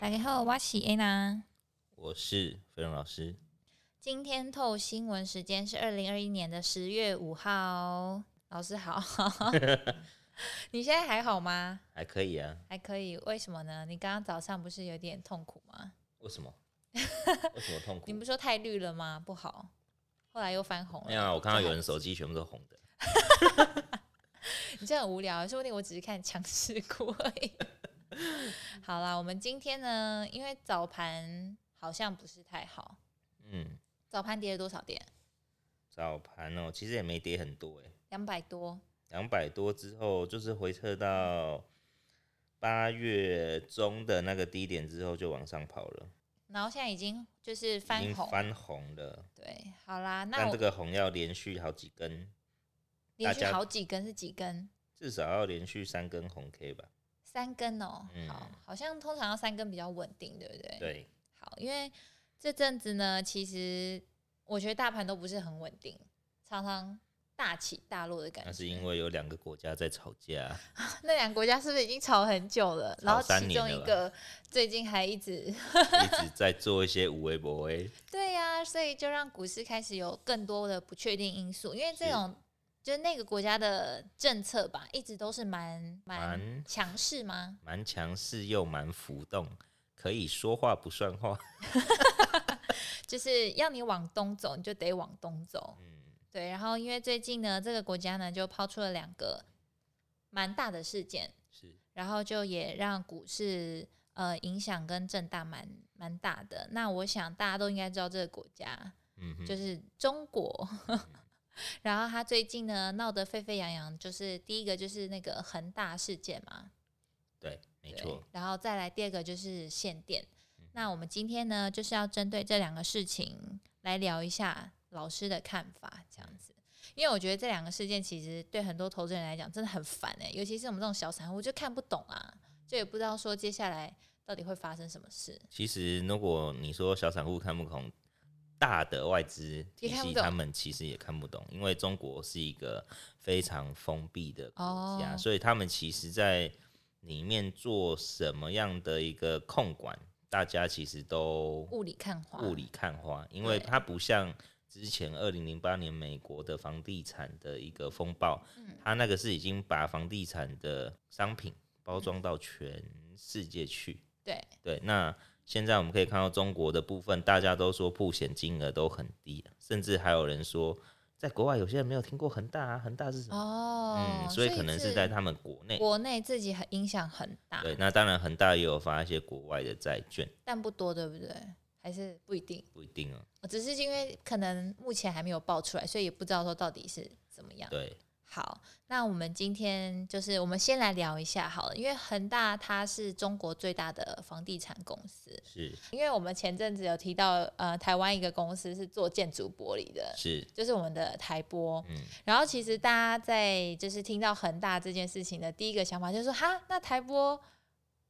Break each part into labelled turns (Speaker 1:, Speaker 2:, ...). Speaker 1: 大家好，我是 Anna。
Speaker 2: 我是飞龙老师。
Speaker 1: 今天透新闻时间是二零二一年的十月五号。老师 好，你现在还好吗？
Speaker 2: 还可以啊，
Speaker 1: 还可以，为什么呢？你刚刚早上不是有点痛苦吗？
Speaker 2: 为什么？为什么痛苦？
Speaker 1: 你不是说太绿了吗？不好，后来又翻红了。
Speaker 2: 没有啊，我看到有人手机全部都红的。
Speaker 1: 你这很无聊，说不定我只是看强势股而 已。好啦，我们今天呢，因为早盘好像不是太好，
Speaker 2: 嗯，
Speaker 1: 早盘跌了多少点？
Speaker 2: 早盘哦，其实也没跌很多诶，
Speaker 1: 两百多。
Speaker 2: 两百多之后就是回撤到八月中的那个低点之后就往上跑了，
Speaker 1: 然后现在已经就是
Speaker 2: 已
Speaker 1: 翻
Speaker 2: 经
Speaker 1: 红，
Speaker 2: 翻红了。
Speaker 1: 对，好啦，那
Speaker 2: 但
Speaker 1: 我
Speaker 2: 这个红要连续好几根，
Speaker 1: 连
Speaker 2: 大
Speaker 1: 续
Speaker 2: 家
Speaker 1: 好几根是几根？
Speaker 2: 至少要连续三根红 K 吧？
Speaker 1: 三根哦、
Speaker 2: 嗯
Speaker 1: 好，好像通常要三根比较稳定，对不对？。
Speaker 2: 对，
Speaker 1: 好，因为这阵子呢，其实我觉得大盘都不是很稳定，常常大起大落的感觉。
Speaker 2: 那是因为有两个国家在吵架，
Speaker 1: 那两个国家是不是已经吵很久了？
Speaker 2: 吵
Speaker 1: 然后
Speaker 2: 三
Speaker 1: 其
Speaker 2: 年
Speaker 1: 中
Speaker 2: 了
Speaker 1: 一
Speaker 2: 吧
Speaker 1: 个最近还一直
Speaker 2: 一直在做一些无微不微。
Speaker 1: 对呀、所以就让股市开始有更多的不确定因素，因为这
Speaker 2: 是
Speaker 1: 种就是那个国家的政策吧，一直都是蛮蛮
Speaker 2: 蛮
Speaker 1: 强势吗？
Speaker 2: 蛮强势又蛮浮动，可以说话不算话。
Speaker 1: 就是要你往东走，你就得往东走。
Speaker 2: 嗯，
Speaker 1: 对，然后因为最近呢，这个国家呢就抛出了两个蛮大的事件，
Speaker 2: 是
Speaker 1: 然后就也让股市呃影响跟震荡蛮蛮大的。那我想大家都应该知道这个国家，
Speaker 2: 嗯哼，
Speaker 1: 就是中国。 然后他最近呢闹得沸沸扬扬，就是第一个就是那个恒大事件嘛，
Speaker 2: 对，没
Speaker 1: 对
Speaker 2: 错，。
Speaker 1: 然后再来第二个就是限电
Speaker 2: 嗯。
Speaker 1: 那我们今天呢，就是要针对这两个事情来聊一下老师的看法，这
Speaker 2: 嗯
Speaker 1: 样子。因为我觉得这两个事件其实对很多投资人来讲真的很烦哎、尤其是我们这种小散户就看不懂啊，就也不知道说接下来到底会发生什么事。
Speaker 2: 其实如果你说小散户看不懂，大的外资体
Speaker 1: 也看不
Speaker 2: 系
Speaker 1: 懂
Speaker 2: 他们其实也看不懂，因为中国是一个非常封闭的国家，
Speaker 1: 哦
Speaker 2: 所以他们其实在里面做什么样的一个控管，大家其实都
Speaker 1: 雾里看花，
Speaker 2: 雾里看花，因为
Speaker 1: 对
Speaker 2: 它不像之前二零零八年美国的房地产的一个风暴，它那个是已经把房地产的商品包装到全世界去。
Speaker 1: 对
Speaker 2: 对，那现在我们可以看到中国的部分，大家都说破险金额都很低，啊甚至还有人说，在国外有些人没有听过恒大啊，恒大是什么？
Speaker 1: 哦、
Speaker 2: 嗯，所以可能是
Speaker 1: 是
Speaker 2: 在他们国内。
Speaker 1: 国内自己很影响很大，
Speaker 2: 对，那当然恒大也有发一些国外的债券，
Speaker 1: 但不多，对不对？还是不一定，
Speaker 2: 不一定哦。
Speaker 1: 只是因为可能目前还没有爆出来，所以也不知道说到底是怎么样。
Speaker 2: 对，
Speaker 1: 好，那我们今天就是我们先来聊一下好了，因为恒大它是中国最大的房地产公司，
Speaker 2: 是
Speaker 1: 因为我们前阵子有提到，呃，台湾一个公司是做建筑玻璃的，
Speaker 2: 是，
Speaker 1: 就是我们的台玻。
Speaker 2: 嗯，
Speaker 1: 然后其实大家在就是听到恒大这件事情的第一个想法就是说，哈，那台玻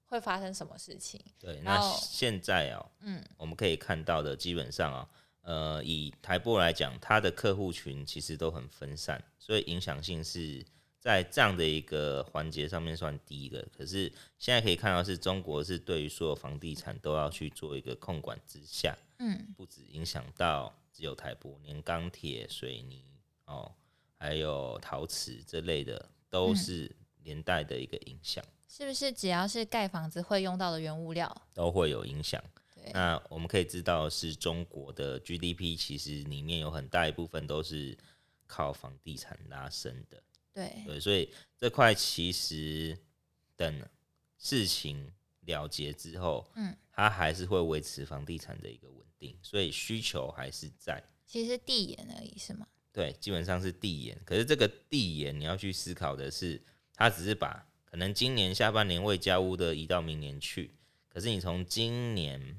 Speaker 1: 会发生什么事情？
Speaker 2: 对。
Speaker 1: 然
Speaker 2: 那
Speaker 1: 后
Speaker 2: 现在哦，
Speaker 1: 嗯，
Speaker 2: 我们可以看到的，基本上啊、呃，以台玻来讲，它的客户群其实都很分散，所以影响性是在这样的一个环节上面算低的。可是现在可以看到，是中国是对于所有房地产都要去做一个控管之下，
Speaker 1: 嗯，
Speaker 2: 不止影响到只有台玻，连钢铁、水泥哦，还有陶瓷这类的，都
Speaker 1: 嗯
Speaker 2: 是连带的一个影响，
Speaker 1: 是不是只要是盖房子会用到的原物料？
Speaker 2: 都会有影响。
Speaker 1: 对，
Speaker 2: 那我们可以知道的是，中国的 GDP 其实里面有很大一部分都是靠房地产拉升的，
Speaker 1: 对，
Speaker 2: 对，所以这块其实等事情了结之后，
Speaker 1: 嗯，
Speaker 2: 它还是会维持房地产的一个稳定，所以需求还是在。
Speaker 1: 其实地眼而已是吗？
Speaker 2: 对，基本上是递延。可是这个递延，你要去思考的是，它只是把可能今年下半年未交屋的移到明年去，可是你从今年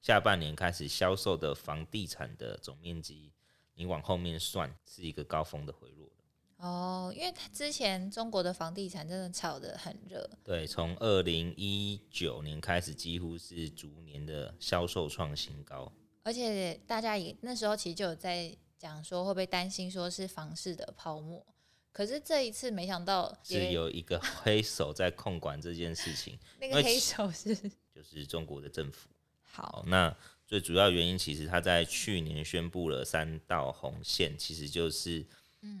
Speaker 2: 下半年开始销售的房地产的总面积，你往后面算是一个高峰的回落了。
Speaker 1: 哦，因为它之前中国的房地产真的炒得很热，
Speaker 2: 对，从二零一九年开始，几乎是逐年的销售创新高。
Speaker 1: 而且大家也那时候其实就有在讲说会不会担心说是房市的泡沫，可是这一次没想到
Speaker 2: 是
Speaker 1: 也
Speaker 2: 有一个黑手在控管这件事情，
Speaker 1: 那
Speaker 2: 因
Speaker 1: 个
Speaker 2: 为
Speaker 1: 黑
Speaker 2: 其
Speaker 1: 手是
Speaker 2: 就是中国的政府。
Speaker 1: 好，
Speaker 2: 好，那最主要原因其实他在去年宣布了三道红线，其实就是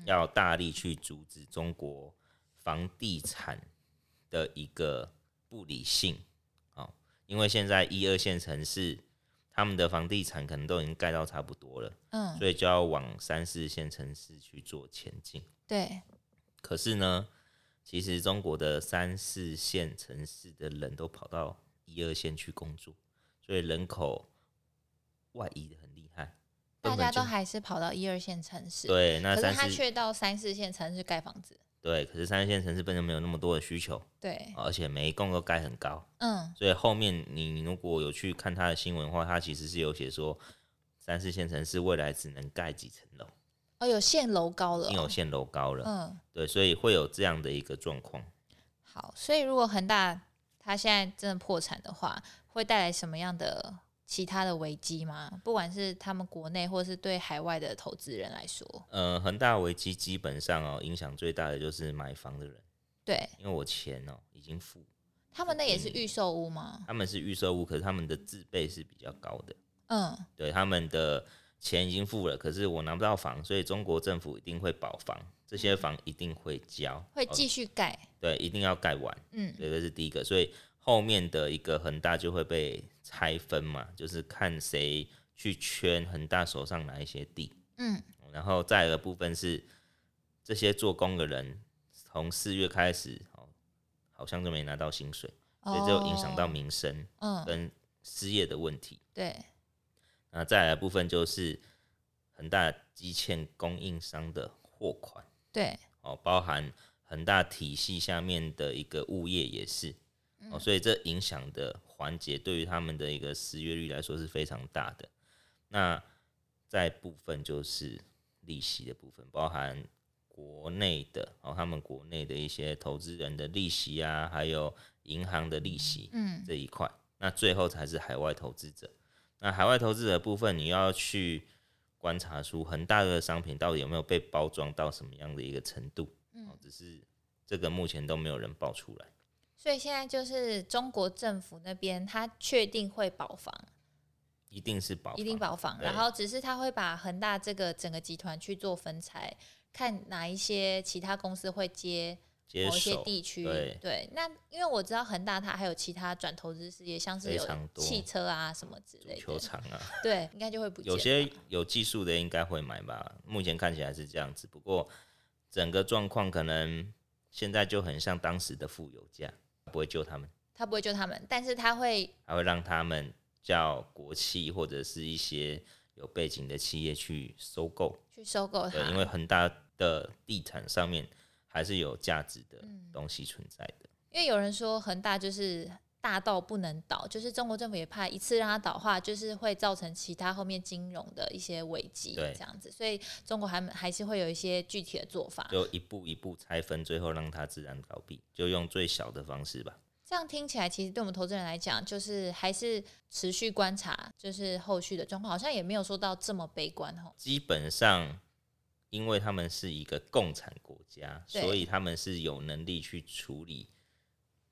Speaker 2: 要大力去阻止中国房地产的一个不理性。哦，因为现在一二线城市他们的房地产可能都已经盖到差不多了，
Speaker 1: 嗯，
Speaker 2: 所以就要往三四线城市去做前进。
Speaker 1: 对，
Speaker 2: 可是呢，其实中国的三四线城市的人都跑到一二线去工作，所以人口外移的很厉害。
Speaker 1: 大
Speaker 2: 根
Speaker 1: 家
Speaker 2: 本就
Speaker 1: 都还是跑到一二线城市，
Speaker 2: 对，那
Speaker 1: 可是
Speaker 2: 三
Speaker 1: 他
Speaker 2: 四
Speaker 1: 却到三四线城市盖房子，
Speaker 2: 对，可是三四线城市本身没有那么多的需求，
Speaker 1: 对，
Speaker 2: 而且每一栋都盖很高，
Speaker 1: 嗯，
Speaker 2: 所以后面你如果有去看他的新闻的话，他其实是有写说三四线城市未来只能盖几层楼，
Speaker 1: 哦，有限楼高了
Speaker 2: 已经有
Speaker 1: 哦，
Speaker 2: 限楼高了，
Speaker 1: 嗯，
Speaker 2: 对，所以会有这样的一个状况。
Speaker 1: 好，所以如果恒大它现在真的破产的话，会带来什么样的其他的危机吗？不管是他们国内，或是对海外的投资人来说，
Speaker 2: 呃，恒大危机基本上哦，影响最大的就是买房的人。
Speaker 1: 对
Speaker 2: 因为我钱哦已经付，
Speaker 1: 他们那也
Speaker 2: 嗯
Speaker 1: 是预售屋吗？
Speaker 2: 他们是预售屋，可是他们的自备是比较高的，
Speaker 1: 嗯，
Speaker 2: 对，他们的钱已经付了，可是我拿不到房，所以中国政府一定会保房，这些房一定会交，
Speaker 1: 会
Speaker 2: 哦
Speaker 1: 继续盖，
Speaker 2: 对，一定要盖完，
Speaker 1: 嗯，
Speaker 2: 对，这是第一个，所以后面的一个恒大就会被拆分嘛，就是看谁去圈恒大手上哪一些地，
Speaker 1: 嗯，
Speaker 2: 然后再有一个部分是这些做工的人从四月开始哦，好像就没拿到薪水。所以就影响到
Speaker 1: 哦，
Speaker 2: 民生
Speaker 1: 嗯，
Speaker 2: 跟失业的问题。
Speaker 1: 对，
Speaker 2: 那再来的部分就是恒大积欠供应商的货款
Speaker 1: 对，
Speaker 2: 哦，包含恒大体系下面的一个物业也是哦，所以这影响的环节对于他们的一个失业率来说是非常大的。那再部分就是利息的部分，包含国内的哦，他们国内的一些投资人的利息啊，还有银行的利息，
Speaker 1: 嗯，
Speaker 2: 这一块。那最后才是海外投资者。那海外投资者的部分，你要去观察出恒大的商品到底有没有被包装到什么样的一个程度。嗯，只是这个目前都没有人爆出来。
Speaker 1: 所以现在就是中国政府那边，他确定会保房，
Speaker 2: 一定是保，
Speaker 1: 一定。保房，
Speaker 2: 对
Speaker 1: 然后只是他会把恒大这个整个集团去做分拆，看哪一些其他公司会接
Speaker 2: 接
Speaker 1: 某一些
Speaker 2: 手
Speaker 1: 地区。
Speaker 2: 对
Speaker 1: 那因为我知道恒大它还有其他转投资事业，像是
Speaker 2: 非
Speaker 1: 有
Speaker 2: 常多
Speaker 1: 汽车啊什么之类的，啊
Speaker 2: 球场啊，
Speaker 1: 对，应该就会不见
Speaker 2: 有
Speaker 1: 了。
Speaker 2: 些有技术的应该会买吧。目前看起来是这样子，不过整个状况可能现在就很像当时的富有价，不会救他们。
Speaker 1: 他不会救他们，但是他会
Speaker 2: 还会让他们叫国企或者是一些有背景的企业去收购，
Speaker 1: 去收购
Speaker 2: 对，
Speaker 1: 它。
Speaker 2: 因为恒大的地产上面还是有价值的
Speaker 1: 嗯
Speaker 2: 东西存在的。
Speaker 1: 因为有人说恒大就是大到不能倒，就是中国政府也怕一次让它倒的话，就是会造成其他后面金融的一些危机
Speaker 2: 对
Speaker 1: 这样子，所以中国还还是会有一些具体的做法。
Speaker 2: 就一步一步拆分，最后让它自然倒闭，就用最小的方式吧。
Speaker 1: 这样听起来，其实对我们投资人来讲，就是还是持续观察，就是后续的状况，好像也没有说到这么悲观哦。
Speaker 2: 基本上，因为他们是一个共产国家，
Speaker 1: 对
Speaker 2: 所以他们是有能力去处理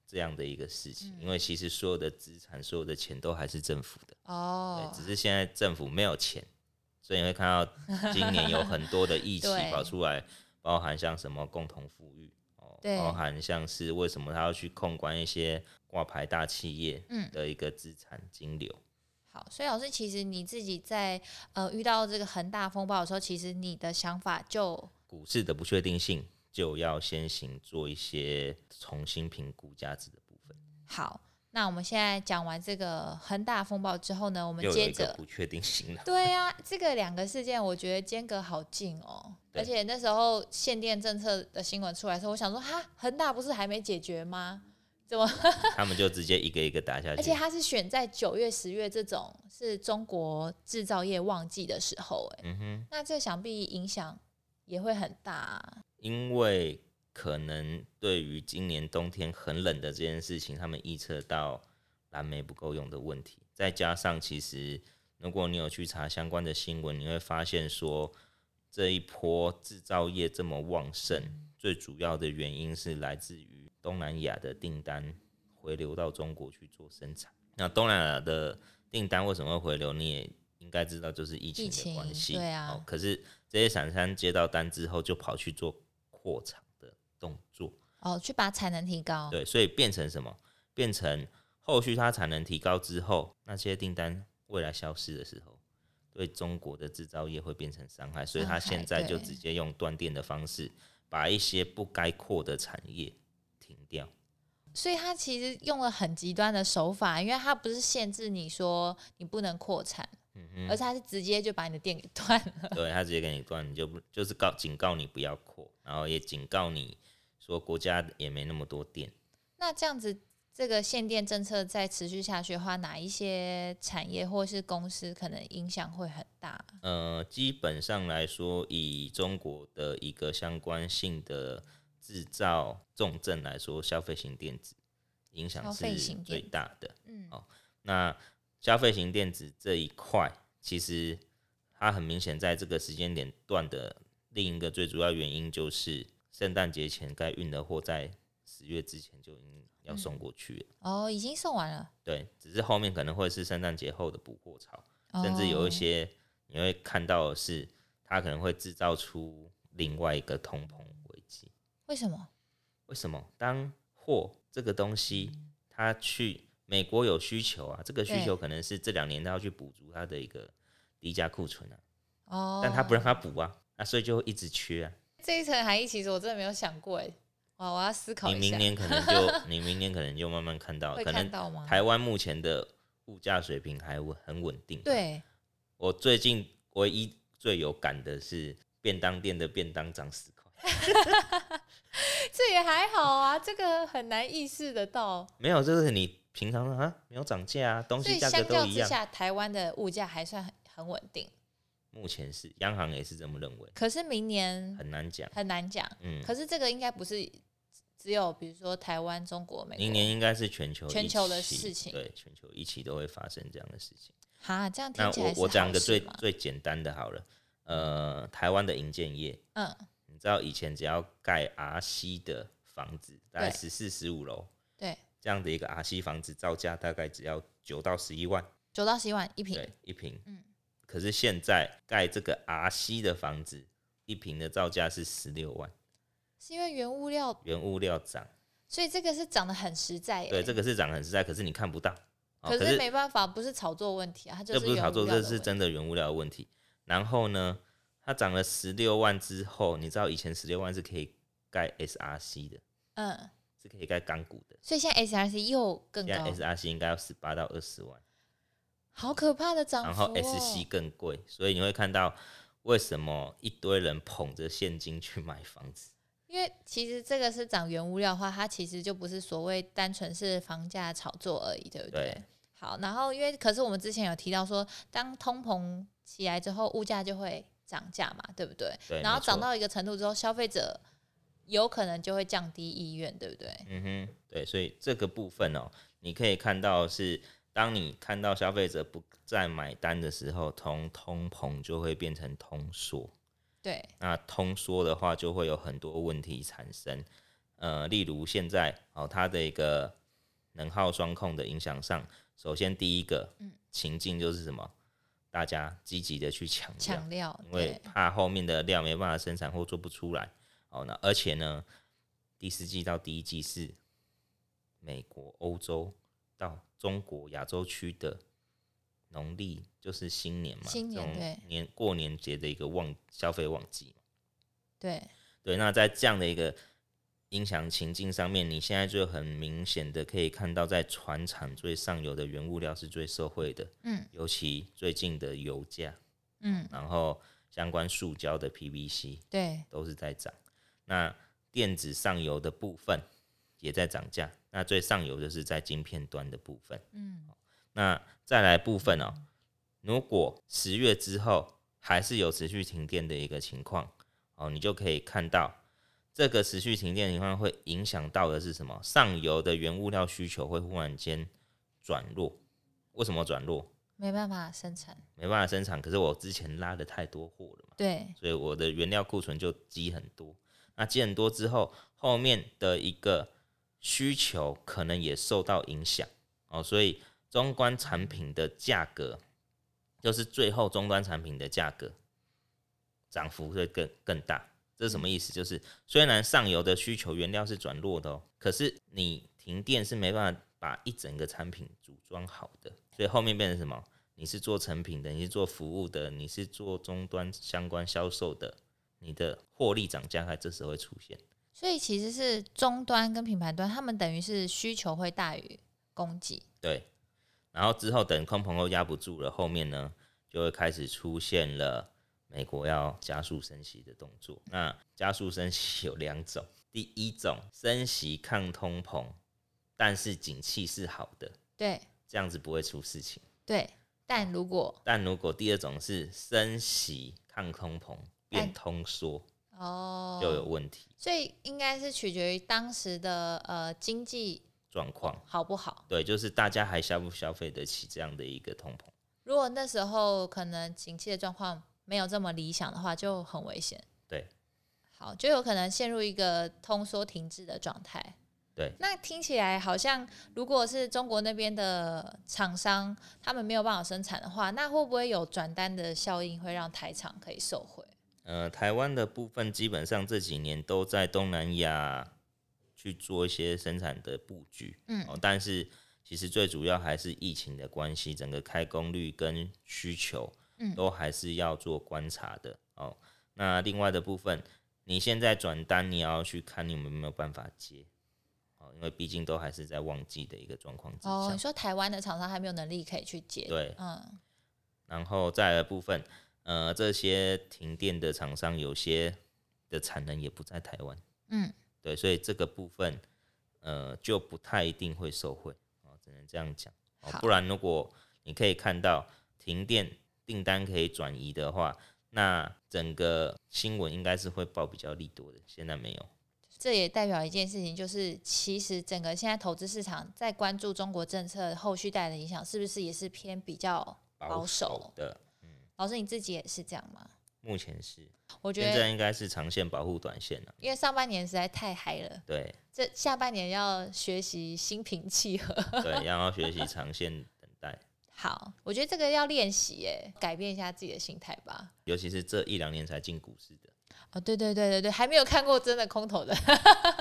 Speaker 2: 这样的一个事情。因为其实所有的资产、所有的钱都还是政府的。对，
Speaker 1: 哦
Speaker 2: 只，是现在政府没有钱，所以你会看到今年有很多的议题
Speaker 1: 对
Speaker 2: 跑出来，包含像什么共同富裕，哦，
Speaker 1: 对
Speaker 2: 包含像是为什么他要去控管一些挂牌大企业
Speaker 1: 嗯
Speaker 2: 的一个资产金流。
Speaker 1: 好，所以老师，其实你自己在呃遇到这个恒大风暴的时候，其实你的想法就
Speaker 2: 股市的不确定性就要先行做一些重新评估价值的部分，
Speaker 1: 好。那我们现在讲完这个恒大风暴之后呢，我们
Speaker 2: 又有
Speaker 1: 接
Speaker 2: 一个
Speaker 1: 着
Speaker 2: 不确定性了。
Speaker 1: 对呀、这个两个事件我觉得间隔好近哦，
Speaker 2: 对
Speaker 1: 而且那时候限电政策的新闻出来的时候，我想说哈，恒大不是还没解决吗？怎么？
Speaker 2: 他们就直接一个一个打下
Speaker 1: 而且
Speaker 2: 去。
Speaker 1: 它是选在九月、十月这种是中国制造业旺季的时候，哎，
Speaker 2: 嗯哼，
Speaker 1: 那这想必影响也会很大、啊。
Speaker 2: 因为可能对于今年冬天很冷的这件事情，他们预测到蓝莓不够用的问题，再加上其实如果你有去查相关的新闻，你会发现说这一波制造业这么旺盛，
Speaker 1: 嗯
Speaker 2: 最主要的原因是来自于东南亚的订单回流到中国去做生产。那东南亚的订单为什么会回流？你也应该知道，就是疫情
Speaker 1: 疫情
Speaker 2: 的关系。
Speaker 1: 对啊
Speaker 2: 哦可是这些厂商接到单之后，就跑去做扩厂的动作。
Speaker 1: 哦，去把产能提高，
Speaker 2: 对，所以变成什么？变成后续它产能提高之后，那些订单未来消失的时候，对中国的制造业会变成伤害。所以
Speaker 1: 伤
Speaker 2: 它
Speaker 1: 害
Speaker 2: 现在就
Speaker 1: 对
Speaker 2: 直接用断电的方式，把一些不该扩的产业停掉。
Speaker 1: 所以他其实用了很极端的手法，因为他不是限制你说你不能扩产，
Speaker 2: 嗯
Speaker 1: 而
Speaker 2: 哼，
Speaker 1: 是他是直接就把你的电给断了。
Speaker 2: 对，它直接给你断，你就不就是告警告你不要扩，然后也警告你说国家也没那么多电。
Speaker 1: 那这样子，这个限电政策再持续下去的话，哪一些产业或是公司可能影响会很大？啊
Speaker 2: 呃，基本上来说，以中国的一个相关性的制造重镇来说，消费型电子影响
Speaker 1: 消费
Speaker 2: 是
Speaker 1: 型
Speaker 2: 最
Speaker 1: 电
Speaker 2: 大的。
Speaker 1: 嗯
Speaker 2: 哦，那消费型电子这一块，其实它很明显在这个时间点段的另一个最主要原因就是圣诞节前该运的货在十月之前就已经要送过去了。
Speaker 1: 哦，已经送完了，
Speaker 2: 对，只是后面可能会是圣诞节后的补货潮。
Speaker 1: 哦
Speaker 2: 甚至有一些你会看到的是，它可能会制造出另外一个通膨危机。
Speaker 1: 为什么？
Speaker 2: 为什么？当货这个东西，它去美国有需求啊，这个需
Speaker 1: 对
Speaker 2: 求可能是这两年它要去补足它的一个低价库存啊，
Speaker 1: 哦，
Speaker 2: 但它不让它补啊，那所以就会一直缺啊。
Speaker 1: 这一层含义，其实我真的没有想过哎，哇，我要思考
Speaker 2: 你
Speaker 1: 一下
Speaker 2: 明，年可能 就你明年可能就慢慢看到，
Speaker 1: 会
Speaker 2: 可
Speaker 1: 看
Speaker 2: 能
Speaker 1: 到吗？
Speaker 2: 台湾目前的物价水平还稳很稳定。，啊
Speaker 1: 对，
Speaker 2: 我最近唯一最有感的是便当店的便当涨十块。
Speaker 1: 这也还好啊，这个很难意识得到。
Speaker 2: 没有，就是你平常啊没有涨价啊，东
Speaker 1: 所
Speaker 2: 西
Speaker 1: 以
Speaker 2: 价格
Speaker 1: 相较
Speaker 2: 都一
Speaker 1: 之
Speaker 2: 样。
Speaker 1: 下，台湾的物价还算很很稳定。
Speaker 2: 目前是央行也是这么认为，
Speaker 1: 可是明年
Speaker 2: 很难讲。
Speaker 1: 很难讲。
Speaker 2: 嗯，
Speaker 1: 可是这个应该不是只有比如说台湾、中国、美
Speaker 2: 明
Speaker 1: 国
Speaker 2: 年应该是全球
Speaker 1: 全
Speaker 2: 一
Speaker 1: 球的
Speaker 2: 起
Speaker 1: 事情
Speaker 2: 对全球一起都会发生这样的事情。
Speaker 1: 哈，这样听
Speaker 2: 那
Speaker 1: 起来
Speaker 2: 我
Speaker 1: 是
Speaker 2: 我讲
Speaker 1: 好
Speaker 2: 个
Speaker 1: 事
Speaker 2: 最
Speaker 1: 吗
Speaker 2: 最简单的好了，呃，台湾的营建业，
Speaker 1: 嗯，
Speaker 2: 你知道以前只要盖 RC 的房子，大概
Speaker 1: 对
Speaker 2: 十四十五楼
Speaker 1: 对，
Speaker 2: 这样的一个 RC 房子，造价大概只要九到十一万，
Speaker 1: 九到十一万一
Speaker 2: 对
Speaker 1: 平，
Speaker 2: 一平。
Speaker 1: 嗯
Speaker 2: 可是现在盖这个 RC 的房子，一平的造价是十六万。
Speaker 1: 是因为原物料，
Speaker 2: 原物料涨，
Speaker 1: 所以这个是涨得很实在耶。
Speaker 2: 对，这个是涨得很实在，可是你看不到。哦、
Speaker 1: 可
Speaker 2: 可
Speaker 1: 是没办法，不是炒作问题啊，它就
Speaker 2: 这不是
Speaker 1: 原
Speaker 2: 炒作，
Speaker 1: 物料
Speaker 2: 这
Speaker 1: 的
Speaker 2: 是
Speaker 1: 问
Speaker 2: 真的原物料的问题。然后呢，它涨了十六万之后，你知道以前十六万是可以盖 SRC 的，
Speaker 1: 嗯，
Speaker 2: 是可以盖钢骨的，
Speaker 1: 所以现在 SRC 又更
Speaker 2: 现
Speaker 1: 高
Speaker 2: 在，SRC 应该要十八到二十万，
Speaker 1: 好可怕的涨
Speaker 2: 然
Speaker 1: 幅、
Speaker 2: 后
Speaker 1: 哦。
Speaker 2: SC 更贵，所以你会看到为什么一堆人捧着现金去买房子。
Speaker 1: 因为其实这个是涨原物料的话，它其实就不是所谓单纯是房价炒作而已，对不对？
Speaker 2: 对
Speaker 1: 好，然后因为可是我们之前有提到说，当通膨起来之后，物价就会涨价嘛，对不对？
Speaker 2: 对
Speaker 1: 然后
Speaker 2: 没错
Speaker 1: 涨到一个程度之后，消费者有可能就会降低意愿，对不对？
Speaker 2: 嗯哼，对，所以这个部分哦，你可以看到是，当你看到消费者不再买单的时候，从通膨就会变成通缩。
Speaker 1: 对，
Speaker 2: 那通缩的话，就会有很多问题产生。呃，例如现在哦，它的一个能耗双控的影响上，首先第一个
Speaker 1: 嗯
Speaker 2: 情境就是什么？大家积极的去抢料
Speaker 1: 抢，料，
Speaker 2: 因为
Speaker 1: 对，
Speaker 2: 怕后面的料没办法生产或做不出来。哦，那而且呢，第四季到第一季是美国、欧洲到中国亚洲区的农历就是新年嘛，
Speaker 1: 新年
Speaker 2: 这种
Speaker 1: 对
Speaker 2: 年过年节的一个旺消费旺季嘛。
Speaker 1: 对，
Speaker 2: 对，那在这样的一个影响情境上面，你现在就很明显的可以看到，在船产最上游的原物料是最受惠的，
Speaker 1: 嗯
Speaker 2: 尤其最近的油价。
Speaker 1: 嗯，
Speaker 2: 然后相关塑胶的 PVC
Speaker 1: 对，
Speaker 2: 都是在涨。那电子上游的部分也在涨价，那最上游就是在晶片端的部分。
Speaker 1: 嗯，
Speaker 2: 那再来部分哦，如果十月之后还是有持续停电的一个情况哦，你就可以看到这个持续停电情况会影响到的是什么？上游的原物料需求会忽然间转弱，为什么转弱？
Speaker 1: 没办法生产，
Speaker 2: 没办法生产，可是我之前拉的太多货了嘛。
Speaker 1: 对，
Speaker 2: 所以我的原料库存就积很多。那积很多之后，后面的一个需求可能也受到影响哦，所以终端产品的价格，就是最后终端产品的价格涨幅会更更大。这是什么意思？就是虽然上游的需求原料是转弱的哦，可是你停电是没办法把一整个产品组装好的，所以后面变成什么？你是做成品的，你是做服务的，你是做终端相关销售的，你的获利涨价在这时候会出现。
Speaker 1: 所以其实是终端跟品牌端，他们等于是需求会大于供给。
Speaker 2: 对，然后之后等空棚又压不住了，后面呢就会开始出现了美国要加速升息的动作。那加速升息有两种，第一种升息抗通膨，但是景气是好的，
Speaker 1: 对
Speaker 2: 这样子不会出事情。
Speaker 1: 对，但如果
Speaker 2: 但如果第二种是升息抗通膨变通缩，
Speaker 1: 哦，
Speaker 2: 就有问题
Speaker 1: 所以应该是取决于当时的呃经济
Speaker 2: 状况。
Speaker 1: 好不好。
Speaker 2: 对，就是大家还消不消费得起这样的一个通膨。
Speaker 1: 如果那时候可能景气的状况没有这么理想的话，就很危险。
Speaker 2: 对，
Speaker 1: 好，就有可能陷入一个通缩停滞的状态。
Speaker 2: 对，
Speaker 1: 那听起来好像，如果是中国那边的厂商，他们没有办法生产的话，那会不会有转单的效应，会让台厂可以受惠？
Speaker 2: 呃，台湾的部分基本上这几年都在东南亚去做一些生产的布局，
Speaker 1: 嗯
Speaker 2: 哦，但是其实最主要还是疫情的关系，整个开工率跟需求，
Speaker 1: 嗯
Speaker 2: 都还是要做观察的，哦。那另外的部分，你现在转单，你也要去看你有没有办法接，哦，因为毕竟都还是在旺季的一个状况之下，
Speaker 1: 哦，你说台湾的厂商还没有能力可以去接？
Speaker 2: 对，
Speaker 1: 嗯，
Speaker 2: 然后再来的部分，呃，这些停电的厂商有些的产能也不在台湾，
Speaker 1: 嗯，
Speaker 2: 对，所以这个部分，呃，就不太一定会受惠哦，只能这样讲、哦
Speaker 1: 好。
Speaker 2: 不然，如果你可以看到停电订单可以转移的话，那整个新闻应该是会报比较利多的。现在没有，
Speaker 1: 这也代表一件事情，就是其实整个现在投资市场在关注中国政策后续带来的影响，是不是也是偏比较保守？
Speaker 2: 的，
Speaker 1: 老师你自己也是这样吗？
Speaker 2: 目前是
Speaker 1: 我觉
Speaker 2: 现
Speaker 1: 得，
Speaker 2: 在应该是长线保护短线了、
Speaker 1: 因为上半年实在太嗨了，
Speaker 2: 对
Speaker 1: 这下半年要学习心平气和。
Speaker 2: 对，然后学习长线等待。
Speaker 1: 好，我觉得这个要练习，耶，改变一下自己的心态吧。
Speaker 2: 尤其是这一两年才进股市的，
Speaker 1: 哦，对对对对对，还没有看过真的空头的。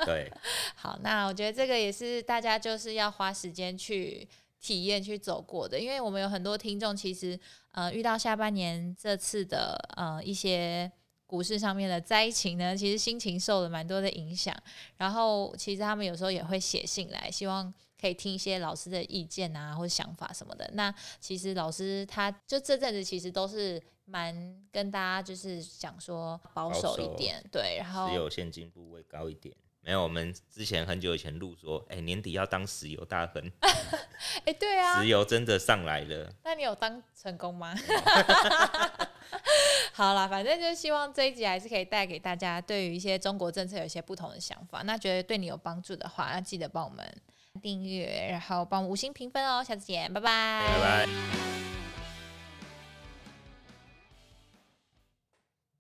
Speaker 2: 对，
Speaker 1: 好，那我觉得这个也是大家就是要花时间去体验、去走过的，因为我们有很多听众其实呃遇到下半年这次的呃一些股市上面的灾情呢，其实心情受了蛮多的影响。然后其实他们有时候也会写信来，希望可以听一些老师的意见啊，或者想法什么的。那其实老师他就这阵子其实都是蛮跟大家就是讲说保守
Speaker 2: 保守
Speaker 1: 一点，对，然后
Speaker 2: 只有现金部位高一点。没有，我们之前很久以前录说，哎、年底要当石油大亨，
Speaker 1: 哎、对啊，
Speaker 2: 石油真的上来了，
Speaker 1: 那你有当成功吗？ 好啦，反正就是希望这一集还是可以带给大家对于一些中国政策有一些不同的想法。那觉得对你有帮助的话，那记得帮我们订阅，然后帮我们五星评分哦。下次见，拜拜，
Speaker 2: 拜拜。